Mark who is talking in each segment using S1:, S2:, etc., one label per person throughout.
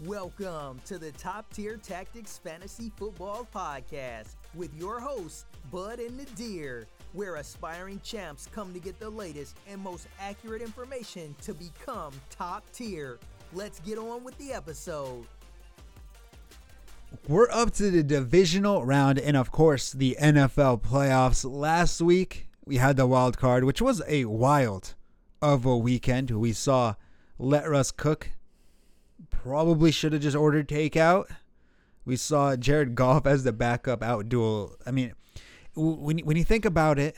S1: Welcome to the Top Tier Tactics Fantasy Football Podcast with your hosts, Bud and Nadir, where aspiring champs come to get the latest and most accurate information to become top tier. Let's get on with the episode.
S2: We're up to the divisional round and, of course, the NFL playoffs. Last week, we had the wild card, which was a wild of a weekend. We saw Let Russ Cook probably should have just ordered takeout. We saw Jared Goff as the backup out duel. I mean, w- when when you think about it,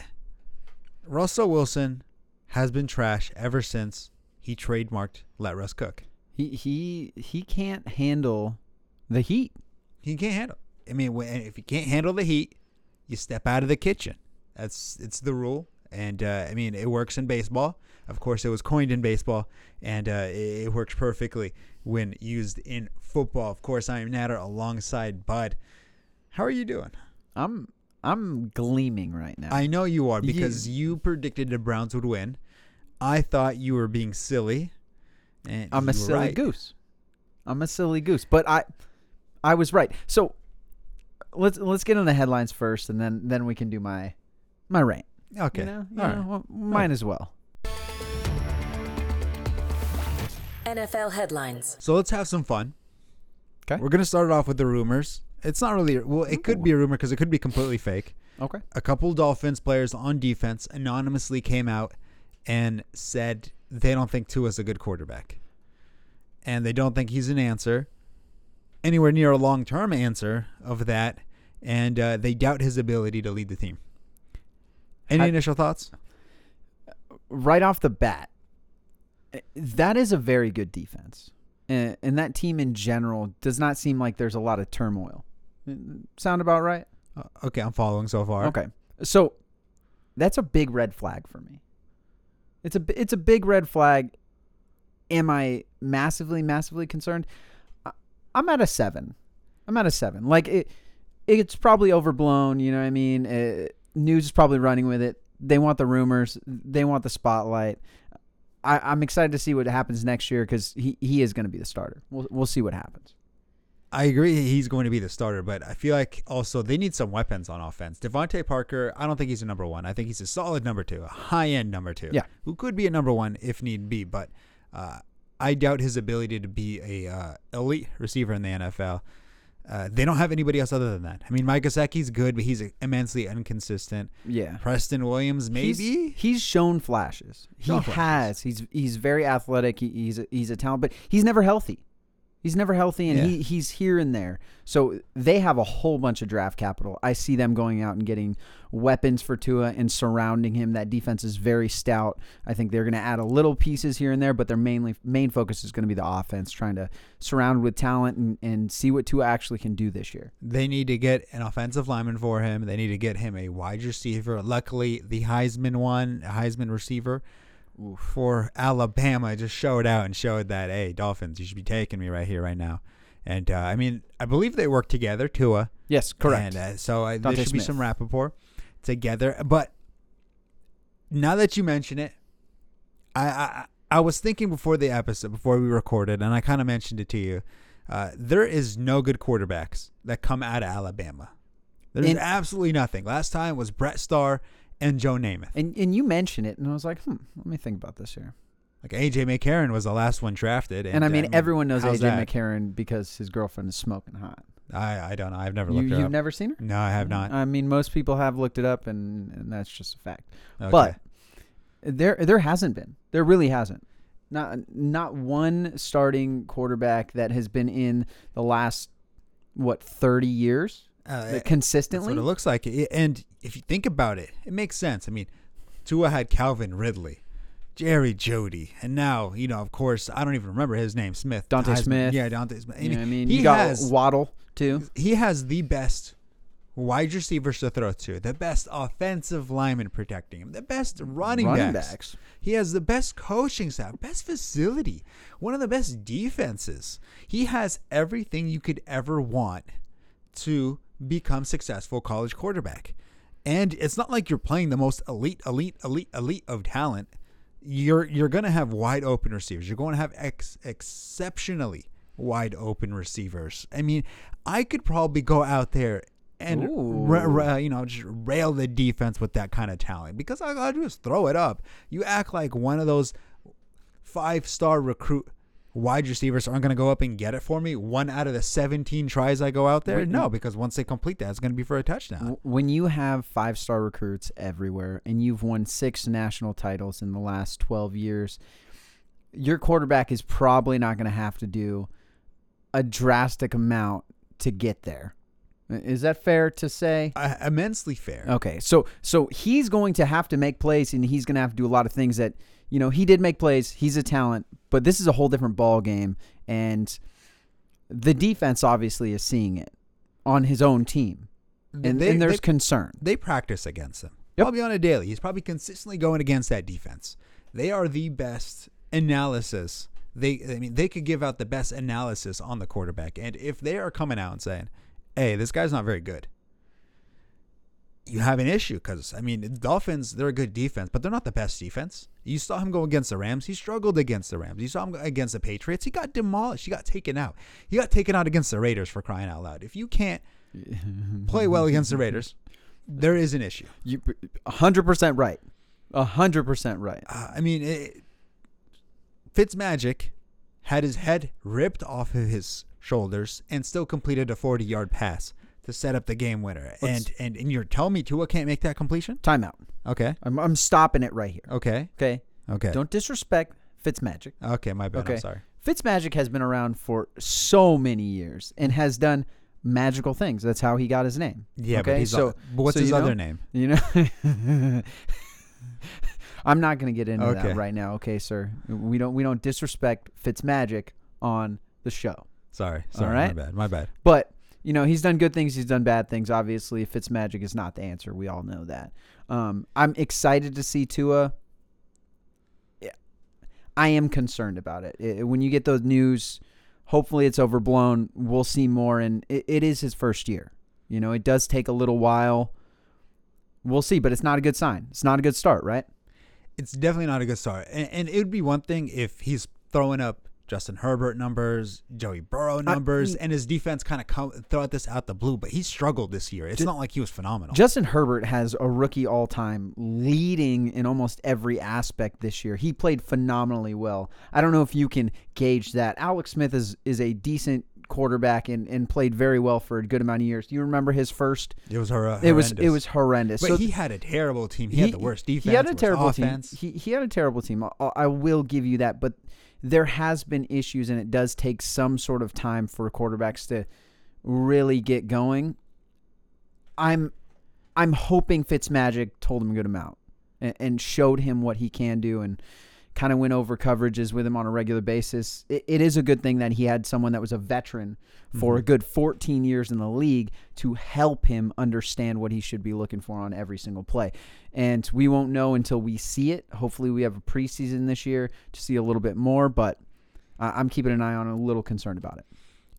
S2: Russell Wilson has been trash ever since he trademarked Let Russ Cook.
S3: He he he can't handle the heat.
S2: He can't handle. I mean, when, if you can't handle the heat, you step out of the kitchen. That's it's the rule, and uh, I mean it works in baseball. Of course, it was coined in baseball, and uh, it, it works perfectly when used in football. Of course, I am Natter alongside Bud. How are you doing?
S3: I'm I'm gleaming right now.
S2: I know you are because you, predicted the Browns would win. I thought you were being silly. And
S3: I'm a
S2: you were
S3: silly
S2: right.
S3: goose. I'm a silly goose, but I I was right. So let's let's get into the headlines first, and then then we can do my my rant.
S2: Okay.
S3: You know, you
S2: All
S3: know,
S2: right.
S3: well, mine as well.
S4: NFL headlines.
S2: So let's have some fun.
S3: 'Kay.
S2: We're gonna start it off with the rumors. It's not really well. It could be a rumor because it could be completely fake.
S3: Okay.
S2: A couple Dolphins players on defense anonymously came out and said they don't think Tua's a good quarterback, and they don't think he's an answer anywhere near a long-term answer of that, and uh, they doubt his ability to lead the team. Any
S3: I-
S2: initial thoughts?
S3: Right off the bat, eh, that is a very good defense, and, and that team in general does not seem like there's a lot of turmoil. Eh, Sound about right?
S2: Uh, okay, I'm following so far.
S3: Okay. So that's a big red flag for me. It's a it's a big red flag. Am I massively massively concerned? I, I'm at a 7. I'm at a 7. Like it it's probably overblown, you know what I mean? Uh news is probably running with it. They want the rumors, they want the spotlight. I, I'm excited to see what happens next year because he, he is going to be the starter. We'll, we'll see what happens.
S2: I agree he's going to be the starter, but I feel like also they need some weapons on offense. Devontae Parker, I don't think he's a number one. I think he's a solid number two, a high end number two.
S3: Yeah.
S2: Who could be a number one if need be, but uh, I doubt his ability to be a uh, elite receiver in the NFL. Uh, they don't have anybody else other than that. I mean, Mike Gesicki's good, but he's immensely inconsistent.
S3: Yeah.
S2: Preston Williams,
S3: He's-
S2: maybe.
S3: he's, shown flashes. He
S2: Shown
S3: has.
S2: flashes.
S3: He's he's very athletic. He, he's a, he's a talent, but he's never healthy. He's never healthy, and
S2: Yeah.
S3: he, he's here and there. So they have a whole bunch of draft capital. I see them going out and getting weapons for Tua and surrounding him. That defense is very stout. I think they're going to add a little pieces here and there, but their mainly main focus is going to be the offense, trying to surround with talent and, and see what Tua actually can do this year.
S2: They need to get an offensive lineman for him. They need to get him a wide receiver. Luckily, the Heisman one, Heisman receiver for Alabama just showed out and showed that, hey, Dolphins, you should be taking me right here, right now. And uh, I mean, I believe they work together, Tua.
S3: Yes, correct.
S2: And, uh, so I, there
S3: Dante
S2: should be
S3: Smith.
S2: some Rappaport together. But now that you mention it, I, I I was thinking before the episode, before we recorded, and I kind of mentioned it to you. Uh, there is no good quarterbacks that come out of Alabama. There's
S3: And-
S2: absolutely nothing. Last time was Brett Starr and Joe Namath.
S3: and and you mentioned it, and I was like, hmm, let me think about this here.
S2: Like AJ McCarron was the last one drafted, and,
S3: And, I mean,
S2: um,
S3: everyone knows
S2: how's
S3: AJ
S2: that?
S3: McCarron because his girlfriend is smoking hot.
S2: I I don't know. I've never
S3: You, Mm-hmm.
S2: looked her
S3: you've
S2: up.
S3: never seen her?
S2: no, I have not.
S3: I mean, most people have looked it up, and, and that's just a fact.
S2: Okay.
S3: But there, there hasn't been. There really hasn't. Not, not one starting quarterback that has been in the last what thirty years
S2: Uh,
S3: that consistently.
S2: That's what it looks like. I- And if you think about it, it makes sense. I mean, Tua had Calvin Ridley, Jerry Jody, and now, you know, of course, I don't even remember his name, Smith.
S3: Dante Smith.
S2: Yeah, Dante Smith.
S3: you know what I mean,
S2: he
S3: you got
S2: has
S3: Waddle too.
S2: he has the best wide receivers to throw to, the best offensive lineman protecting him, the best running,
S3: Running
S2: backs.
S3: backs.
S2: He has the best coaching staff, best facility, one of the best defenses. He has everything you could ever want to become successful college quarterback. And it's not like you're playing the most elite, elite, elite, elite of talent. You're you're gonna have wide open receivers. You're going to have ex- exceptionally wide open receivers. I mean, I could probably go out there and ra- ra- you know just rail the defense with that kind of talent because I I just throw it up. You act like one of those five star recruit wide receivers aren't going to go up and get it for me. One out of the 17 tries I go out there,
S3: Wait,
S2: no, because once they complete that, it's going to be for a touchdown.
S3: W- When you have five star recruits everywhere and you've won six national titles in the last 12 years, your quarterback is probably not going to have to do a drastic amount to get there. I- Is that fair to say?
S2: Uh, immensely fair.
S3: Okay, so so he's going to have to make plays, and he's going to have to do a lot of things that you know he did make plays. He's a talent, but this is a whole different ball game, and the defense obviously is seeing it on his own team, and,
S2: They-
S3: and there's
S2: they-
S3: concern.
S2: they practice against him.
S3: Yep.
S2: Probably on a daily. He's probably consistently going against that defense. They are the best analysis. They I mean they could give out the best analysis on the quarterback. And if they are coming out and saying, "Hey, this guy's not very good." You have an issue because I mean, the Dolphins they're a good defense, but they're not the best defense. You saw him go against the Rams. He struggled against the Rams. You saw him go against the Patriots. He got demolished. He got taken out. He got taken out against the Raiders for crying out loud. If you can't play well against the Raiders, there is an issue.
S3: You, hundred percent right, hundred percent right.
S2: Uh, I mean, it, Fitzmagic had his head ripped off of his shoulders and still completed a 40-yard pass to set up the game winner.
S3: Let's-
S2: and, and and you're telling me Tua can't make that completion?
S3: Timeout.
S2: Okay,
S3: I'm I'm stopping it right here.
S2: okay,
S3: Okay,
S2: okay.
S3: don't disrespect Fitzmagic.
S2: okay, my bad.
S3: Okay.
S2: I'm sorry.
S3: Fitzmagic has been around for so many years and has done magical things. That's how he got his name.
S2: Yeah, but
S3: Okay,
S2: he's-
S3: so
S2: but what's
S3: so
S2: his
S3: you know-
S2: other name?
S3: You know, I'm not going to get into
S2: Okay.
S3: that right now. Okay, sir. We don't we don't disrespect Fitzmagic on the show,
S2: Sorry, sorry.
S3: right.
S2: My bad. My bad.
S3: but you know he's done good things. He's done bad things. Obviously, Fitzmagic is not the answer. We all know that. Um, I'm excited to see Tua. Yeah, I am concerned about it. I- when you get those news, hopefully it's overblown. We'll see more, and it, it is his first year. You know, it does take a little while. We'll see, but it's not a good sign. It's not a good start, right?
S2: it's definitely not a good start. And, and it would be one thing if he's throwing up Justin Herbert numbers, Joey Burrow numbers, and his defense kind of come throw this out the blue. But he struggled this year. It's not like he was phenomenal.
S3: Justin Herbert has a rookie all time leading in almost every aspect this year. He played phenomenally well. I don't know if you can gauge that. Alex Smith is, is a decent quarterback and, and played very well for a good amount of years. Do you remember his first?
S2: it was hor-
S3: It was it
S2: horrendous.
S3: was horrendous.
S2: But
S3: so
S2: he had a terrible team. He, had the worst defense.
S3: He had a
S2: worst
S3: terrible
S2: offense.
S3: team. He, he had a terrible team. I, I will give you that, but there has been issues, and it does take some sort of time for quarterbacks to really get going. I'm I'm hoping Fitzmagic told him a good amount and, and showed him what he can do and kind of went over coverages with him on a regular basis. It, it is a good thing that he had someone that was a veteran for a good 14 years in the league to help him understand what he should be looking for on every single play. And we won't know until we see it. Hopefully, we have a preseason this year to see a little bit more, but I- I'm keeping an eye on it, a little concerned about it.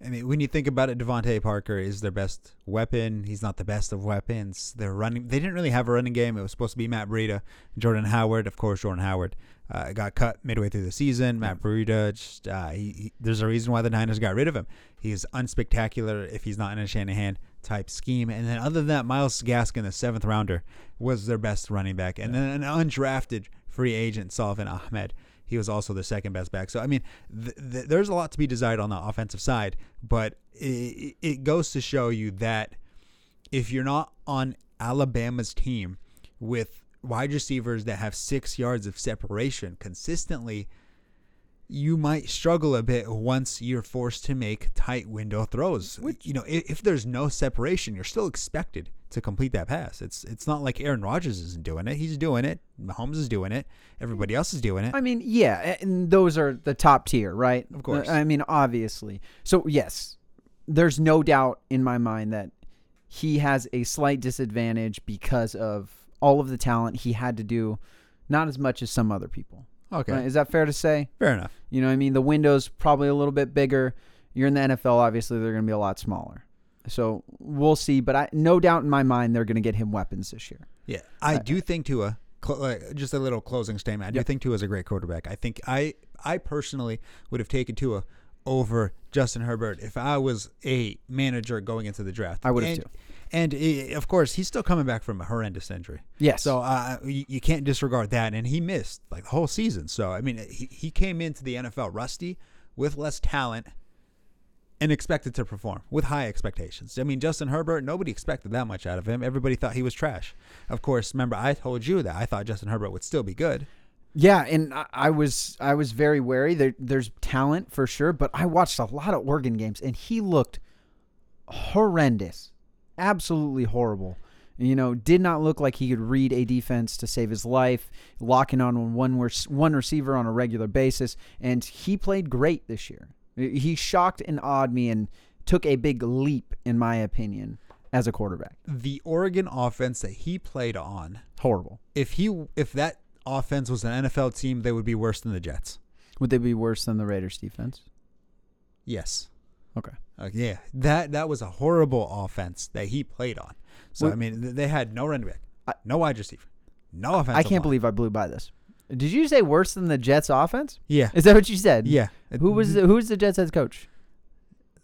S2: I mean, when you think about it, Devontae Parker is their best weapon. He's not the best of weapons. They're running. They didn't really have a running game. It was supposed to be Matt Breida, Jordan Howard. Of course, Jordan Howard uh, got cut midway through the season. Matt Breida, just, uh, he, he- there's a reason why the Niners got rid of him. He is unspectacular if he's not in a Shanahan type scheme. And then other than that, Miles Gaskin, the seventh rounder, was their best running back. And then an undrafted free agent, Salvin Ahmed he was also the second best back. So I mean, th- th- there's a lot to be desired on the offensive side, but it, it goes to show you that if you're not on Alabama's team with wide receivers that have six yards of separation consistently, you might struggle a bit once you're forced to make tight window throws. you know, if, if there's no separation, you're still expected to complete that pass. It's it's not like Aaron Rodgers isn't doing it. He's doing it. Mahomes is doing it. Everybody else is doing it.
S3: I mean, yeah, and those are the top tier, right?
S2: Of course.
S3: I mean, obviously. So, yes, there's no doubt in my mind that he has a slight disadvantage because of all of the talent he had to do, not as much as some other people.
S2: Okay.
S3: Right? Is that fair to say?
S2: Fair enough.
S3: You know what I mean? The window's probably a little bit bigger. You're in the NFL, obviously, they're going to be a lot smaller. So, we'll see. But I, no doubt in my mind, they're going to get him weapons this year.
S2: Yeah, I do think Tua. Cl- like, just a little closing statement. I do think Tua is a great quarterback. I think I I personally would have taken Tua over Justin Herbert if I was a manager going into the draft.
S3: I would've
S2: And-
S3: too.
S2: And eh, of course, he's still coming back from a horrendous injury.
S3: Yes.
S2: So uh, you, you can't disregard that. And he missed like the whole season. So, I mean, he, he came into the NFL rusty with less talent and expected to perform with high expectations. I mean, Justin Herbert, nobody expected that much out of him. Everybody thought he was trash. Of course, remember, I told you that I thought Justin Herbert would still be good.
S3: Yeah, and I, I was I was very wary. There, there's talent for sure, but I watched a lot of Oregon games, and he looked horrendous, absolutely horrible. You know, did not look like he could read a defense to save his life, locking on one wer- one receiver on a regular basis, and he played great this year. He shocked and awed me, and took a big leap in my opinion as a quarterback.
S2: The Oregon offense that he played on,
S3: Horrible.
S2: if he if that offense was an NFL team, they would be worse than the Jets.
S3: Would they be worse than the Raiders defense?
S2: Yes.
S3: Okay.
S2: Uh, yeah, that that was a horrible offense that he played on. So
S3: Well-
S2: I mean, th- they had no running back,
S3: I-
S2: no wide receiver, no offense.
S3: I can't believe I blew by this. Did you say worse than the Jets offense?
S2: Yeah,
S3: Is that what you said?
S2: yeah.
S3: Who was the, who was the Jets head coach?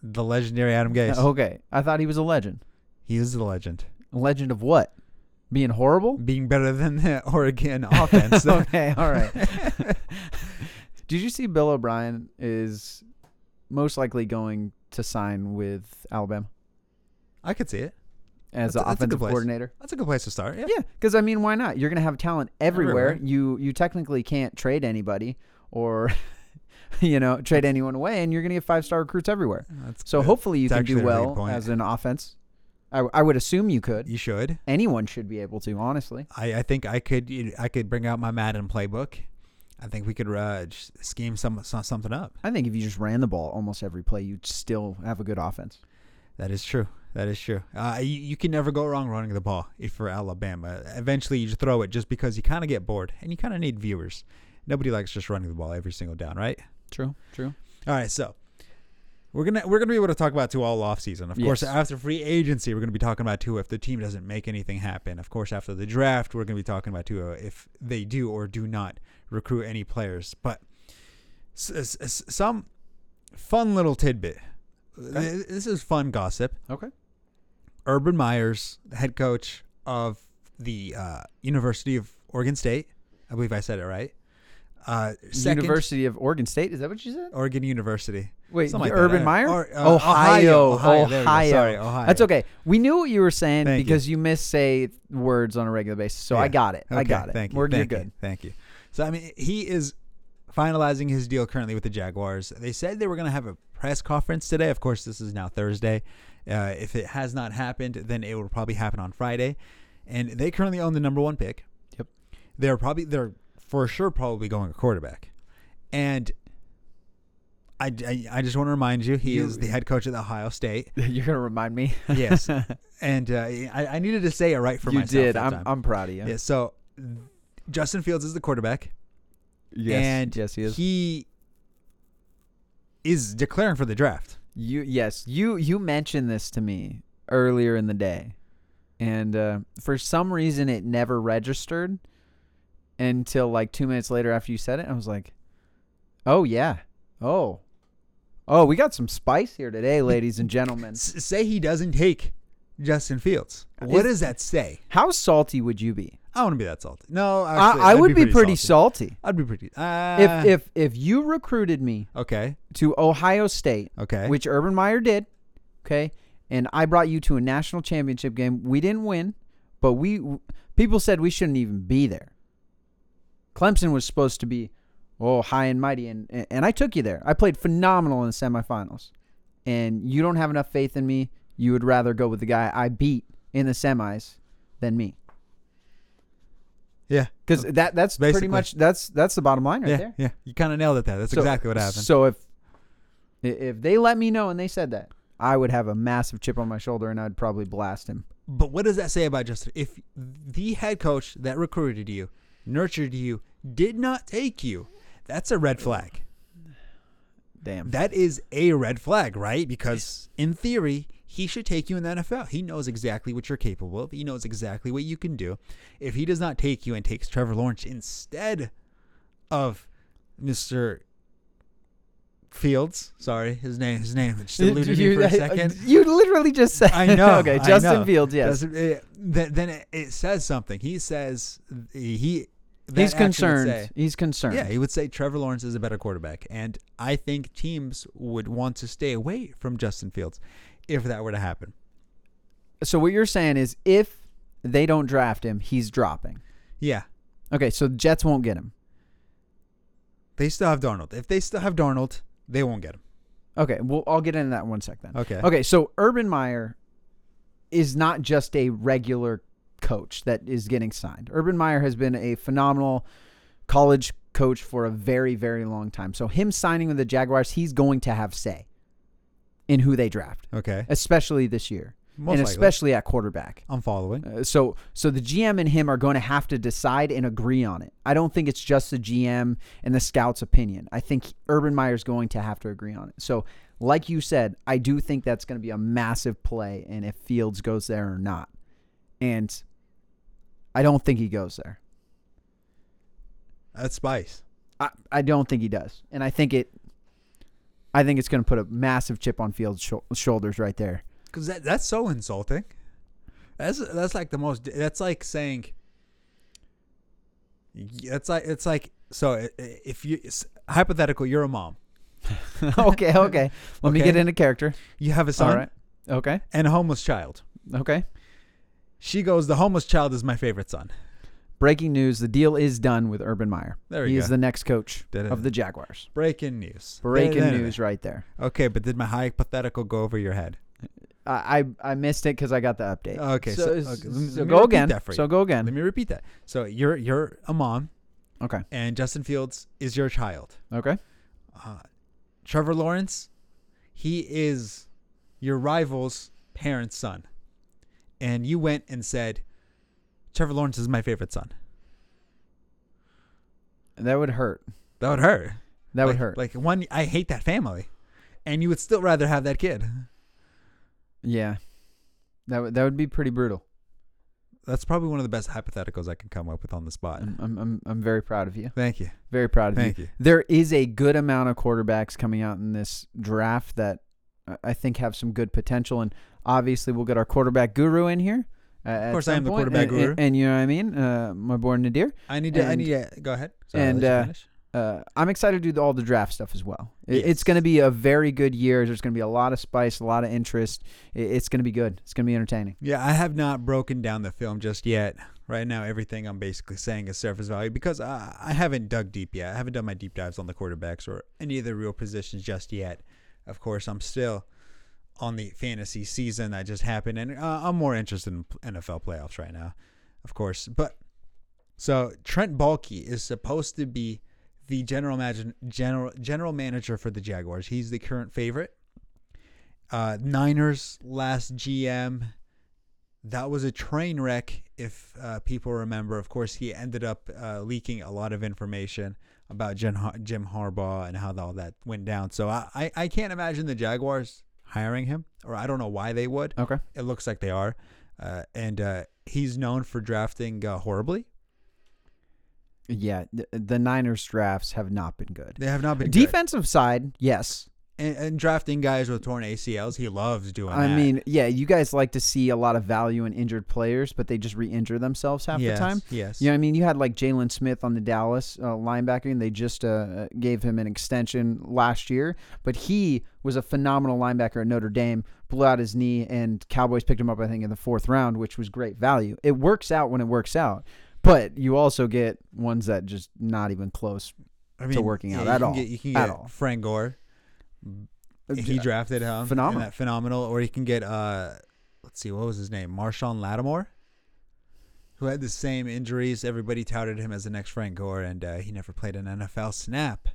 S2: the legendary Adam Gase?
S3: Uh, Okay, I thought he was a legend.
S2: He is the legend,
S3: A legend of what? Being horrible.
S2: being better than the Oregon offense.
S3: okay, all right. Did you see Bill O'Brien is most likely going to sign with Alabama
S2: I could see it.
S3: as
S2: That's a- that's a
S3: the
S2: good
S3: offensive
S2: place.
S3: coordinator?
S2: That's a good place to start. Yeah.
S3: Yeah, because I mean, why not? You're gonna have talent everywhere.
S2: Everywhere.
S3: You you technically can't trade anybody or you know trade anyone away, and you're gonna get five star recruits everywhere.
S2: That's
S3: So
S2: good.
S3: hopefully you
S2: It's
S3: can do
S2: actually a really good
S3: well
S2: point.
S3: as an offense. I, I would assume you could.
S2: you should.
S3: Anyone should be able to, honestly.
S2: I, I think I could you know, I could bring out my Madden playbook. I think we could uh, just scheme some, some something up.
S3: I think if you just ran the ball almost every play, you'd still have a good offense.
S2: That is true. That is true. Uh, you, you can never go wrong running the ball if you're Alabama. Eventually, you just throw it just because you kind of get bored and you kind of need viewers. Nobody likes just running the ball every single down, right?
S3: True. True.
S2: All right, so we're gonna we're gonna be able to talk about Tua all off season. Of course,
S3: Yes.
S2: after free agency, we're gonna be talking about Tua if the team doesn't make anything happen. Of course, after the draft, we're gonna be talking about Tua if they do or do not recruit any players. But s- s- s- some fun little tidbit. Th- This is fun gossip.
S3: Okay.
S2: Urban Myers, the head coach of the uh, University of Oregon State. I believe I said it right. Uh, second-
S3: University of Oregon State. Is that what you said?
S2: Oregon University.
S3: Wait,
S2: Something like that.
S3: Urban
S2: Uh,
S3: Meyer?
S2: or, uh,
S3: Ohio. Ohio.
S2: Ohio. there we go. Sorry, Ohio.
S3: That's okay. We knew what you were saying
S2: Thank you.
S3: because you. miss say words on a regular basis. So I
S2: Yeah.
S3: got it. I
S2: Okay,
S3: got it.
S2: Thank you.
S3: We're
S2: thank
S3: you're
S2: you,
S3: good.
S2: Thank you. So I mean, he is finalizing his deal currently with the Jaguars. They said they were going to have a press conference today. Of course, this is now Thursday. Uh, if it has not happened, then it will probably happen on Friday. And they currently own the number one pick.
S3: Yep.
S2: They're probably they're for sure probably going a quarterback, and. I, I, I just want to remind you, he
S3: You-
S2: is the head coach at Ohio State.
S3: You're gonna remind me.
S2: Yes. and uh, I, I needed to say it right for
S3: you
S2: myself.
S3: did.
S2: that
S3: I'm,
S2: time.
S3: I'm proud of you.
S2: Yeah, so Justin Fields is the quarterback,
S3: Yes.
S2: and
S3: yes, he is.
S2: He is declaring for the draft.
S3: You yes, you you mentioned this to me earlier in the day, and uh, for some reason it never registered until like two minutes later after you said it. I was like, "Oh yeah, oh, oh, we got some spice here today, ladies and gentlemen."
S2: S- say he doesn't take Justin Fields.
S3: Uh,
S2: What does that say?
S3: How salty would you be?
S2: I wouldn't be that salty. No, actually,
S3: I, I
S2: I'd
S3: would be, pretty
S2: salty.
S3: salty,
S2: I'd be pretty. Uh,
S3: if if if you recruited me
S2: okay,
S3: to Ohio State,
S2: okay,
S3: which Urban Meyer did. Okay, and I brought you to a national championship game. We didn't win, but we people said we shouldn't even be there. Clemson was supposed to be oh high and mighty, and and I took you there. I played phenomenal in the semifinals, and you don't have enough faith in me. You would rather go with the guy I beat in the semis than me,
S2: yeah,
S3: because that that's
S2: Basically.
S3: pretty much that's that's the bottom line right
S2: yeah,
S3: there.
S2: yeah. You kind of nailed it there. That's
S3: So-
S2: exactly what happened.
S3: So if i- if they let me know and they said that, I would have a massive chip on my shoulder and I'd probably blast him.
S2: But what does that say about Justin? If the head coach that recruited you, nurtured you, did not take you, that's a red flag.
S3: Damn.
S2: That is a red flag, right? Because in theory, he should take you in the NFL. He knows exactly what you're capable of. He knows exactly what you can do. If he does not take you and takes Trevor Lawrence instead of Mr. Fields. Sorry, his name. His name just
S3: You-
S2: eluded me
S3: you-
S2: for a
S3: I-
S2: second.
S3: You literally just said.
S2: I know.
S3: okay,
S2: I
S3: Justin
S2: know.
S3: Fields. Yes,
S2: Justin- it- then then it, it says something. He says he. that
S3: he's
S2: action would
S3: concerned.
S2: say-
S3: he's concerned.
S2: yeah, he would say Trevor Lawrence is a better quarterback, and I think teams would want to stay away from Justin Fields if that were to happen.
S3: so what you're saying is, if they don't draft him, he's dropping.
S2: Yeah,
S3: Okay, so Jets won't get him.
S2: they still have Darnold. If they still have Darnold, they won't get him.
S3: Okay, well, I'll get into that in one sec then.
S2: Okay.
S3: Okay, so Urban Meyer is not just a regular coach that is getting signed. Urban Meyer has been a phenomenal college coach for a very, very long time. So him signing with the Jaguars, he's going to have say in who they draft,
S2: Okay,
S3: especially this year,
S2: Most
S3: and
S2: likely.
S3: especially at quarterback.
S2: I'm following.
S3: Uh, so so the GM and him are going to have to decide and agree on it. I don't think it's just the GM and the scout's opinion. I think Urban Meyer's going to have to agree on it. So like you said, I do think that's going to be a massive play and if Fields goes there or not. And I don't think he goes there.
S2: That's spice.
S3: I, I don't think he does. And I think it I think it's going to put a massive chip on Fields' shou- shoulders right there.
S2: Because that that's so insulting. That's that's like the most. That's like saying. That's like it's like so i- i- if you it's hypothetical, you're a mom.
S3: okay, okay. Let me
S2: Okay.
S3: get into character.
S2: You have a son
S3: All right. Okay.
S2: and a homeless child.
S3: Okay.
S2: She goes, the homeless child is my favorite son.
S3: Breaking news: the deal is done with Urban Meyer.
S2: There we
S3: he
S2: go.
S3: is the next coach
S2: Da-da-da.
S3: of the Jaguars.
S2: Breaking news.
S3: Breaking
S2: Da-da-da-da-da.
S3: news right there.
S2: Okay, but did my hypothetical go over your head?
S3: I I, I missed it because I got the update.
S2: Okay, so,
S3: so,
S2: okay,
S3: so,
S2: let me- let me
S3: go
S2: repeat
S3: again.
S2: that for
S3: So
S2: you.
S3: go
S2: Let
S3: again.
S2: me repeat that. So you're you're a mom,
S3: Okay.
S2: and Justin Fields is your child.
S3: Okay.
S2: uh, Trevor Lawrence, he is your rival's parent's son. And you went and said, Trevor Lawrence is my favorite son.
S3: That would hurt.
S2: That would hurt.
S3: That would
S2: Like-
S3: hurt.
S2: Like, one, I hate that family. And you would still rather have that kid.
S3: yeah. That would that would be pretty brutal.
S2: That's probably one of the best hypotheticals I can come up with on the spot.
S3: I'm I'm I'm, I'm very proud of you.
S2: Thank you.
S3: Very proud of
S2: Thank you.
S3: There is a good amount of quarterbacks coming out in this draft that I- I think have some good potential, and obviously we'll get our quarterback guru in here. Uh, of
S2: course I am the quarterback
S3: and,
S2: guru.
S3: and, and you know what I mean. Uh, my boy Nadir.
S2: I need to, I
S3: And-
S2: need to, go ahead. I'll
S3: and,
S2: let you
S3: uh,
S2: finish.
S3: Uh, I'm excited to do all the draft stuff as well. I-
S2: Yes.
S3: It's going to be a very good year. There's going to be a lot of spice, a lot of interest. I- It's going to be good. It's going to be entertaining.
S2: Yeah, I have not broken down the film just yet. Right now, everything I'm basically saying is surface value because I, I haven't dug deep yet. I haven't done my deep dives on the quarterbacks or any of the real positions just yet. Of course, I'm still on the fantasy season that just happened, and uh, I'm more interested in NFL playoffs right now, of course. But so Trent Baalke is supposed to be the general imagine, general general manager for the Jaguars. He's the current favorite. Uh, Niners last GM that was a train wreck if uh, people remember of course he ended up uh, leaking a lot of information about Jim, Har- Jim Harbaugh and how all that went down so I, I, I can't imagine the Jaguars hiring him or I don't know why they would
S3: Okay.
S2: it looks like they are uh, and uh, he's known for drafting uh, horribly
S3: Yeah, the, the Niners drafts have not been good.
S2: they have not been good.
S3: Defensive side, yes.
S2: and, and drafting guys with torn ACLs he loves doing
S3: I
S2: that.
S3: mean, yeah, you guys like to see a lot of value in injured players, but they just re-injure themselves half
S2: Yes,
S3: the time.
S2: yes.
S3: You know what I mean? You had like Jalen Smith on the Dallas uh, linebacker, and they just uh, uh, gave him an extension last year. But he was a phenomenal linebacker at Notre Dame, blew out his knee, and Cowboys picked him up, I think, in the fourth round, which was great value. It works out when it works out, but you also get ones that just not even close.
S2: I
S3: working out
S2: you
S3: at
S2: can
S3: all.
S2: get, you can
S3: At
S2: get
S3: all. Uh,
S2: Frank Gore he drafted him. and
S3: phenomenal.
S2: that phenomenal. Or you can get uh let's see, what was his name? Marshawn Lattimore. Who had the same injuries. Everybody touted him as the next Frank Gore and uh, he never played an NFL snap.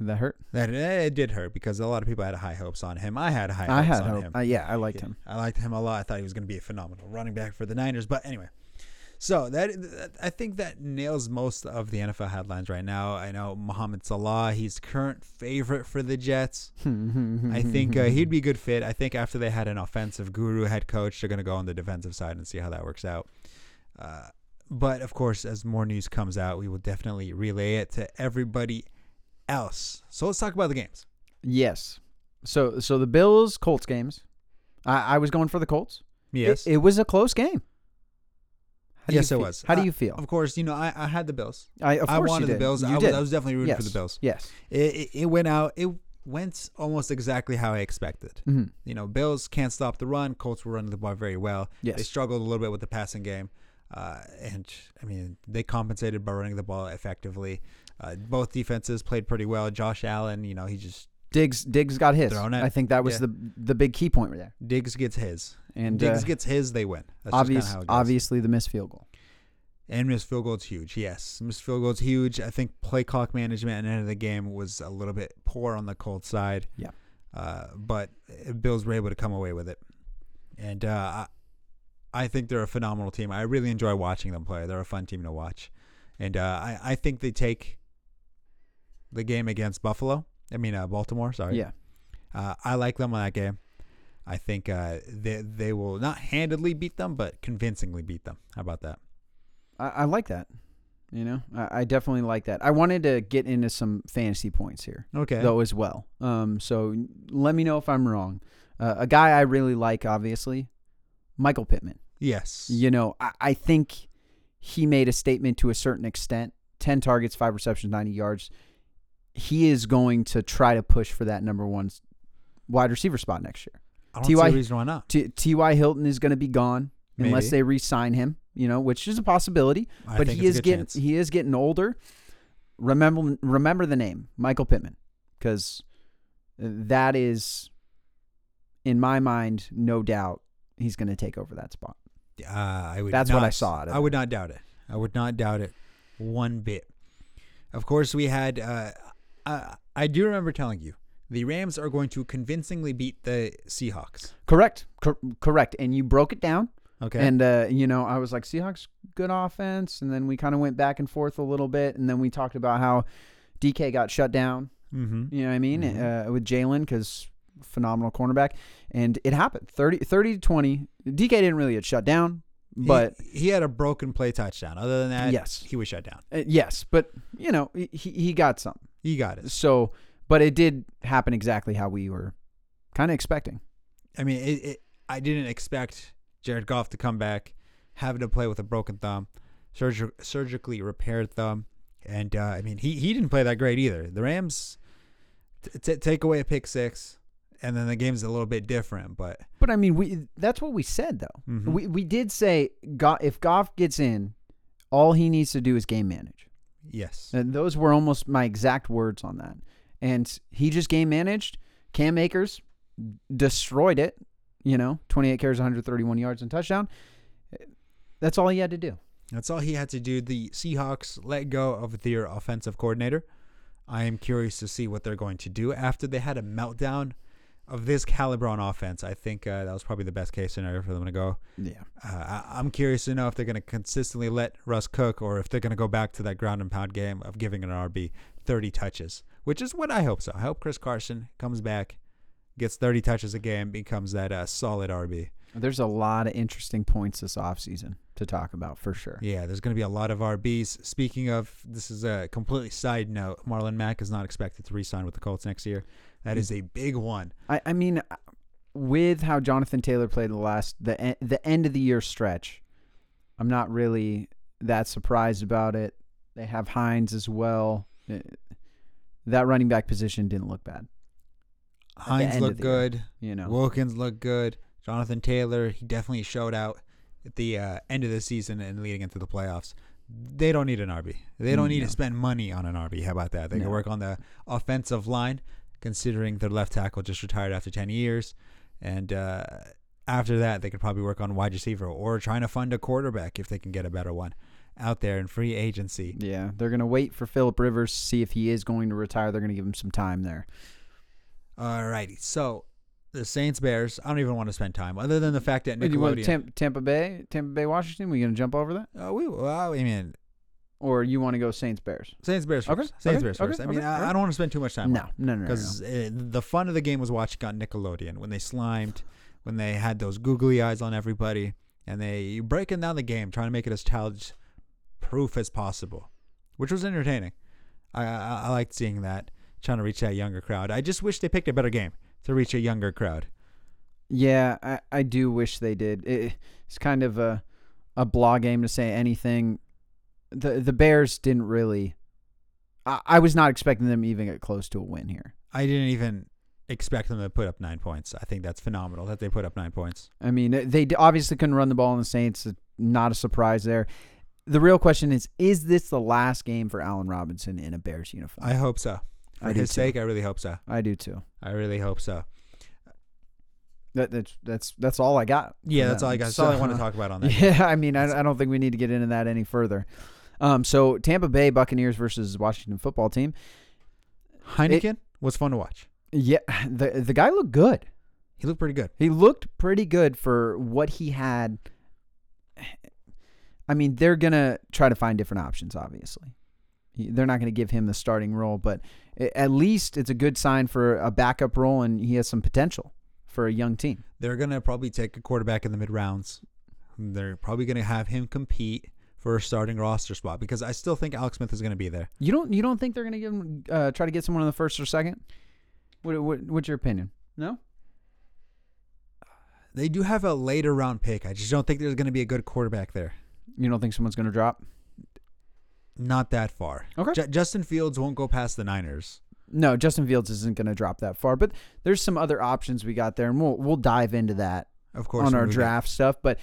S3: that hurt.
S2: That eh, it did hurt because a lot of people had high hopes on him. I had high
S3: I,
S2: hopes
S3: had
S2: on
S3: hope.
S2: him.
S3: Uh, yeah, I liked him.
S2: I liked him a lot. I thought he was going to be a phenomenal running back for the Niners. But anyway, so that that- I think that nails most of the NFL headlines right now. I know Mohamed Salah, he's current favorite for the Jets. I think uh, he'd be a good fit. I think after they had an offensive guru head coach, they're going to go on the defensive side and see how that works out. Uh, but of course, as more news comes out, we will definitely relay it to everybody else. So let's talk about the games.
S3: Yes. So so the Bills Colts games. I, I was going for the Colts.
S2: Yes.
S3: It, it was a close game. How do you
S2: yes, it
S3: feel-
S2: was.
S3: How do
S2: I-
S3: you feel?
S2: Of course, you know I, I had the Bills.
S3: I of
S2: I
S3: course you
S2: wanted the
S3: did.
S2: Bills.
S3: You
S2: I was-
S3: did.
S2: I was definitely rooting for
S3: Yes.
S2: the Bills.
S3: Yes.
S2: It, it, it went out. It went almost exactly how I expected.
S3: Mhm.
S2: You know, Bills can't stop the run. Colts were running the ball very well.
S3: Yes.
S2: They struggled a little bit with the passing game. Uh, and I mean, they compensated by running the ball effectively. Uh, both defenses played pretty well. Josh Allen, you know, he just
S3: Diggs Diggs got his.
S2: Thrown it.
S3: I think that was
S2: Yeah.
S3: the the big key point there.
S2: Diggs gets his.
S3: And
S2: Diggs
S3: uh,
S2: gets his, they win. That's just kinda
S3: obvious,
S2: how it goes.
S3: obviously the missed field goal.
S2: And missed field goal's huge. Yes, missed field goal's huge. I think play clock management and end of the game was a little bit poor on the Colts side.
S3: Yeah.
S2: Uh, but uh, Bills were able to come away with it, and uh, I, I think they're a phenomenal team. I really enjoy watching them play. They're a fun team to watch, and uh, I I think they take the game against Buffalo. I mean uh, Baltimore. Sorry.
S3: Yeah.
S2: Uh, I like them on that game. I think uh, they they will not handedly beat them, but convincingly beat them. How about that?
S3: I, I like that. You know, I, I definitely like that. I wanted to get into some fantasy points here,
S2: Okay.
S3: though, as well. Um, so let me know if I'm wrong. Uh, a guy I really like, obviously, Michael Pittman.
S2: yes.
S3: You know, I, I think he made a statement to a certain extent 10 targets, five receptions, 90 yards. He is going to try to push for that number one s- wide receiver spot next year.
S2: I don't
S3: TY
S2: see a reason why not.
S3: T- T.Y. Hilton is going to be gone unless
S2: Maybe.
S3: they re-sign him, you know, which is a possibility.
S2: I
S3: but
S2: think
S3: he
S2: it's a
S3: is
S2: good
S3: getting
S2: chance.
S3: he is getting older. Remember remember the name Michael Pittman because that is, in my mind, no doubt he's going to take over that spot.
S2: Uh, I would.
S3: That's what
S2: not-
S3: I saw out of
S2: I would not doubt it. I would not doubt it, one bit. Of course, we had. Uh, I, I do remember telling you the Rams are going to convincingly beat the Seahawks.
S3: Correct, Cor- correct. And you broke it down,
S2: Okay.
S3: and uh, you know I was like Seahawks good offense, and then we kind of went back and forth a little bit, and then we talked about how DK got shut down.
S2: mm-hmm.
S3: You know what I mean? Uh, with Jalen, because phenomenal cornerback. And it happened 30, 30 to 20. DK didn't really get shut down, but
S2: he, he had a broken play touchdown. Other than that,
S3: Yes.
S2: he was shut down.
S3: uh, yes, but, you know, he, he he got some.
S2: You got it.
S3: So, but it did happen exactly how we were kind of expecting.
S2: I mean, it, it, I didn't expect Jared Goff to come back, having to play with a broken thumb, surgi- surgically repaired thumb, and uh, I mean, he he didn't play that great either. The Rams t- t- take away a pick six, and then the game's a little bit different. But
S3: But I mean, we that's what we said, though.
S2: Mhm.
S3: We, we did say Go- if Goff gets in, all he needs to do is game manage.
S2: yes,
S3: And those were almost my exact words on that. And he just game managed. Cam Akers destroyed it. You know, 28 carries, 131 yards, and touchdown. That's all he had to do.
S2: that's all he had to do. The Seahawks let go of their offensive coordinator. I am curious to see what they're going to do after they had a meltdown of this caliber on offense. I think uh, that was probably the best case scenario for them to go.
S3: Yeah.
S2: Uh, I- I'm curious to know if they're going to consistently let Russ cook or if they're going to go back to that ground and pound game of giving an RB 30 touches, which is what I hope so. I hope Chris Carson comes back, gets 30 touches a game, becomes that uh, solid RB.
S3: There's a lot of interesting points this offseason to talk about for sure.
S2: Yeah, there's going to be a lot of RBs. Speaking of, this is a completely side note. Marlon Mack is not expected to re-sign with the Colts next year.
S3: Hmm.
S2: That is a big one.
S3: I, I mean, with how Jonathan Taylor played the last, the, en- the end of the year stretch, I'm not really that surprised about it. They have Hines as well. Eh, That running back position didn't look bad. the
S2: Hines
S3: end
S2: looked
S3: of the year,
S2: good.
S3: you know.
S2: Wilkins looked good. Jonathan Taylor, he definitely showed out at the uh, end of the season and leading into the playoffs. They don't need an RB. They don't need
S3: No.
S2: to spend money on an RB. How about that? They
S3: No.
S2: can work on the offensive line, considering their left tackle just retired after 10 years. And uh, after that, they could probably work on wide receiver or trying to fund a quarterback if they can get a better one out there in free agency.
S3: Yeah, they're gonna wait for Philip Rivers to see if he is going to retire. They're gonna give him some time there.
S2: All righty. So the Saints Bears, I don't even want to spend time other than the fact that
S3: you want
S2: Nickelodeon.
S3: Tampa, Tampa Bay, Tampa Bay, Washington? We gonna jump over that,
S2: Uh, we, well, I mean,
S3: or you want to go Saints Bears?
S2: Saints Bears first.
S3: Okay,
S2: Saints
S3: okay,
S2: Bears
S3: okay,
S2: first. I mean,
S3: okay,
S2: I,
S3: alright.
S2: I don't want to spend too much time.
S3: No, no, no, no,
S2: Because eh, the fun of the game was watching on Nickelodeon when they slimed, when they had those googly eyes on everybody, and they breaking down the game, trying to make it as challenge proof as possible, which was entertaining. I I, I liked seeing that. trying to reach that younger crowd. I just wish they picked a better game to reach a younger crowd.
S3: Yeah, I, I do wish they did. It, it's kind of a a blah game to say anything. The the Bears didn't really. I, I was not expecting them to even get close to a win here.
S2: I didn't even expect them to put up nine points. I think that's phenomenal that they put up nine points.
S3: I mean, they- they d- obviously couldn't run the ball on the Saints. Not a surprise there. The real question is: Is this the last game for Allen Robinson in a Bears uniform?
S2: I hope so. For
S3: I do
S2: his
S3: too.
S2: sake, I really hope so.
S3: I, do too.
S2: I really hope so.
S3: That, that's that's that's all I got. for
S2: Yeah, that's
S3: them.
S2: all I got. That's all I
S3: So-
S2: want to talk about on that.
S3: Yeah, I mean, I, I don't think we need to get into that any further. Um, so Tampa Bay Buccaneers versus Washington Football Team.
S2: Heineken was fun to watch.
S3: Yeah, the the guy looked good.
S2: He looked pretty good.
S3: He looked pretty good for what he had. I mean, they're gonna try to find different options. Obviously, He- they're not gonna give him the starting role, but a- at least it's a good sign for a backup role, and he has some potential for a young team.
S2: They're gonna probably take a quarterback in the mid rounds. They're probably gonna have him compete for a starting roster spot because I still think Alex Smith is gonna be there.
S3: You don't you don't think they're gonna give him uh, try to get someone in the first or second? What, what what's your opinion? No.
S2: They do have a later round pick. I just don't think there's gonna be a good quarterback there.
S3: You don't think someone's going to drop?
S2: Not that far.
S3: Okay.
S2: Ju- Justin Fields won't go past the Niners.
S3: No, Justin Fields isn't going to drop that far, but there's some other options we got there, and we'll we'll dive into that
S2: Of course.
S3: on
S2: when
S3: our
S2: we get-
S3: draft stuff. But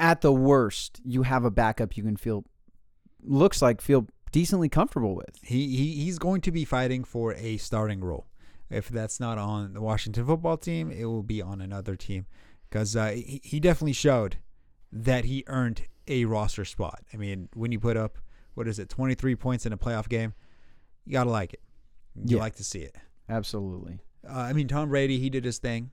S3: at the worst, you have a backup you can feel looks like feel decently comfortable with.
S2: He, he he's going to be fighting for a starting role. If that's not on the Washington football team, it will be on another team because uh, he, he definitely showed that he earned a roster spot. I mean, when you put up what is it, twenty three points in a playoff game, you gotta like it. You
S3: Yeah.
S2: like to see it.
S3: Absolutely.
S2: Uh, I mean, Tom Brady, he did his thing.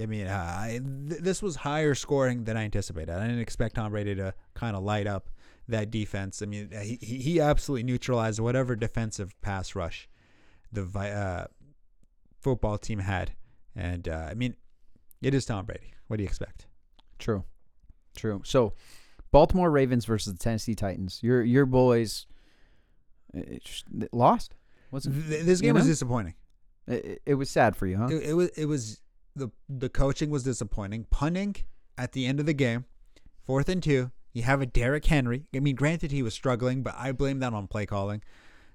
S2: I mean, uh, I, th- this was higher scoring than I anticipated. I didn't expect Tom Brady to kind of light up that defense. I mean, uh, he, he he absolutely neutralized whatever defensive pass rush the Vi- uh, football team had. And uh, I mean, it is Tom Brady. What do you expect?
S3: True. True. So, Baltimore Ravens versus the Tennessee Titans. Your your boys eh, it just, it lost. Wasn't
S2: Th- this
S3: you
S2: game was
S3: know?
S2: disappointing.
S3: it, it was sad for you, huh?
S2: It, it was it was the the coaching was disappointing. Punting at the end of the game, fourth and two. You have a Derrick Henry. I mean, granted he was struggling, but I blame that on play calling,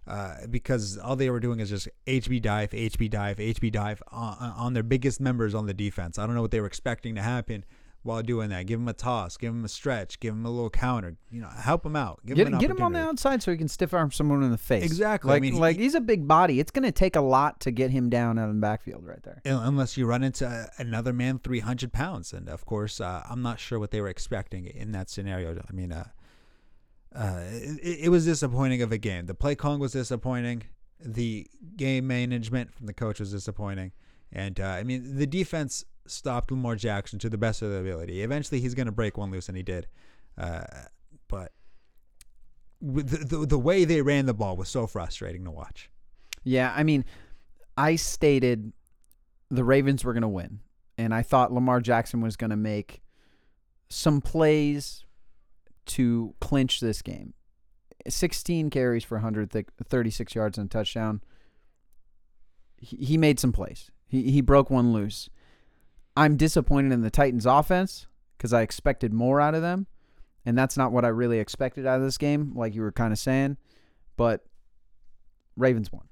S2: uh, because all they were doing is just HB dive, HB dive, HB dive on, on their biggest members on the defense. I don't know what they were expecting to happen while doing that. Give him a toss, give him a stretch, give him a little counter. You know, help him out. Give him
S3: Get,
S2: an
S3: get him on the
S2: opportunity.
S3: outside so he can stiff arm someone in the face.
S2: Exactly. I
S3: Like,
S2: mean, he-
S3: like he's a big body. It's going to take a lot to get him down out of the backfield right there.
S2: un- unless you run into uh, another man 300 pounds and of course uh, i'm not sure what they were expecting in that scenario i mean uh, uh, it, it was disappointing of a game the play calling was disappointing the game management from the coach was disappointing and uh, i mean the defense stopped lamar jackson to the best of their ability eventually he's going to break one loose and he did uh, but with the, the, the way they ran the ball was so frustrating to watch
S3: Yeah, I mean, I stated the Ravens were going to win, and I thought Lamar Jackson was going to make some plays to clinch this game. 16 carries for 136 yards and a touchdown. He he made some plays. He he broke one loose. I'm disappointed in the Titans offense cuz I expected more out of them, and that's not what I really expected out of this game like you were kind of saying, but Ravens won.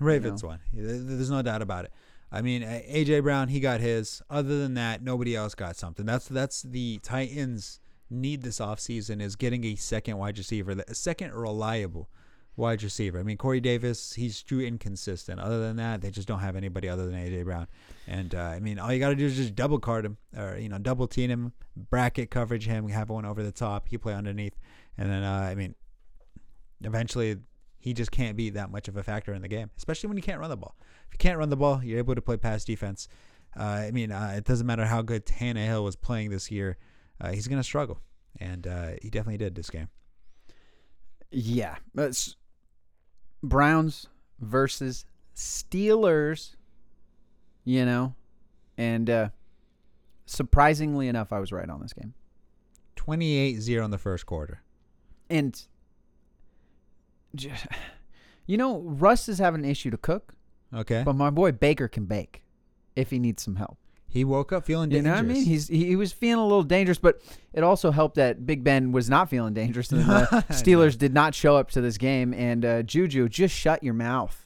S2: Ravens won. Th- There's no doubt about it. I mean, A- AJ Brown he got his. Other than that, nobody else got something. That's that's the Titans need this offseason is getting a second wide receiver, a second reliable wide receiver. I mean, Corey Davis he's too inconsistent. Other than that, they just don't have anybody other than AJ Brown. And uh, I mean, all you got to do is just double card him or you know double team him, bracket coverage him, have one over the top. He play underneath, and then uh, I mean, eventually he just can't be that much of a factor in the game, especially when you can't run the ball. If you can't run the ball, you're able to play pass defense. Uh, I mean, uh, it doesn't matter how good Tannehill was playing this year, uh, he's going to struggle. And uh, he definitely did this game.
S3: Yeah. That's Browns versus Steelers, you know. And uh surprisingly enough, I was right on this game.
S2: 28 0 in the first quarter.
S3: And just, You know, Russ is having an issue to cook,
S2: Okay.
S3: but my boy Baker can bake if he needs some help.
S2: He woke up feeling
S3: You know
S2: dangerous.
S3: what I mean? He's he, he was feeling a little dangerous, but it also helped that Big Ben was not feeling dangerous, and the Steelers did not show up to this game. And uh, Juju, just shut your mouth,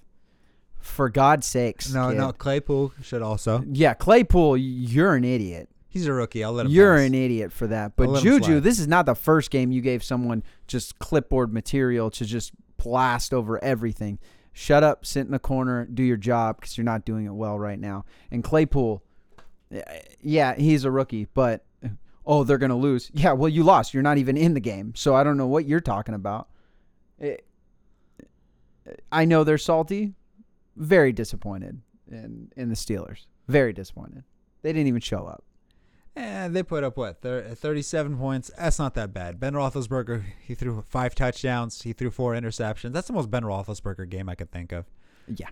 S3: for God's sakes.
S2: no,
S3: kid.
S2: no. Claypool should also.
S3: Yeah, Claypool, you're an idiot.
S2: He's a rookie. I'll let him.
S3: You're
S2: pass.
S3: an idiot for that.
S2: I'll
S3: But
S2: let 'em
S3: Juju,
S2: slide.
S3: this is not the first game you gave someone just clipboard material to just blast over everything. Shut up, sit in the corner, do your job because you're not doing it well right now. And Claypool, eh, yeah, he's a rookie, but eh, oh, they're going to lose. Yeah, well, you lost. You're not even in the game. So I don't know what you're talking about. Eh, I know they're salty, very disappointed in, in the Steelers. Very disappointed. They didn't even show up.
S2: Eh, they put up what thir- 37 points. That's not that bad. Ben Roethlisberger, he threw five touchdowns. He threw four interceptions. That's the most Ben Roethlisberger game I could think of.
S3: Yeah.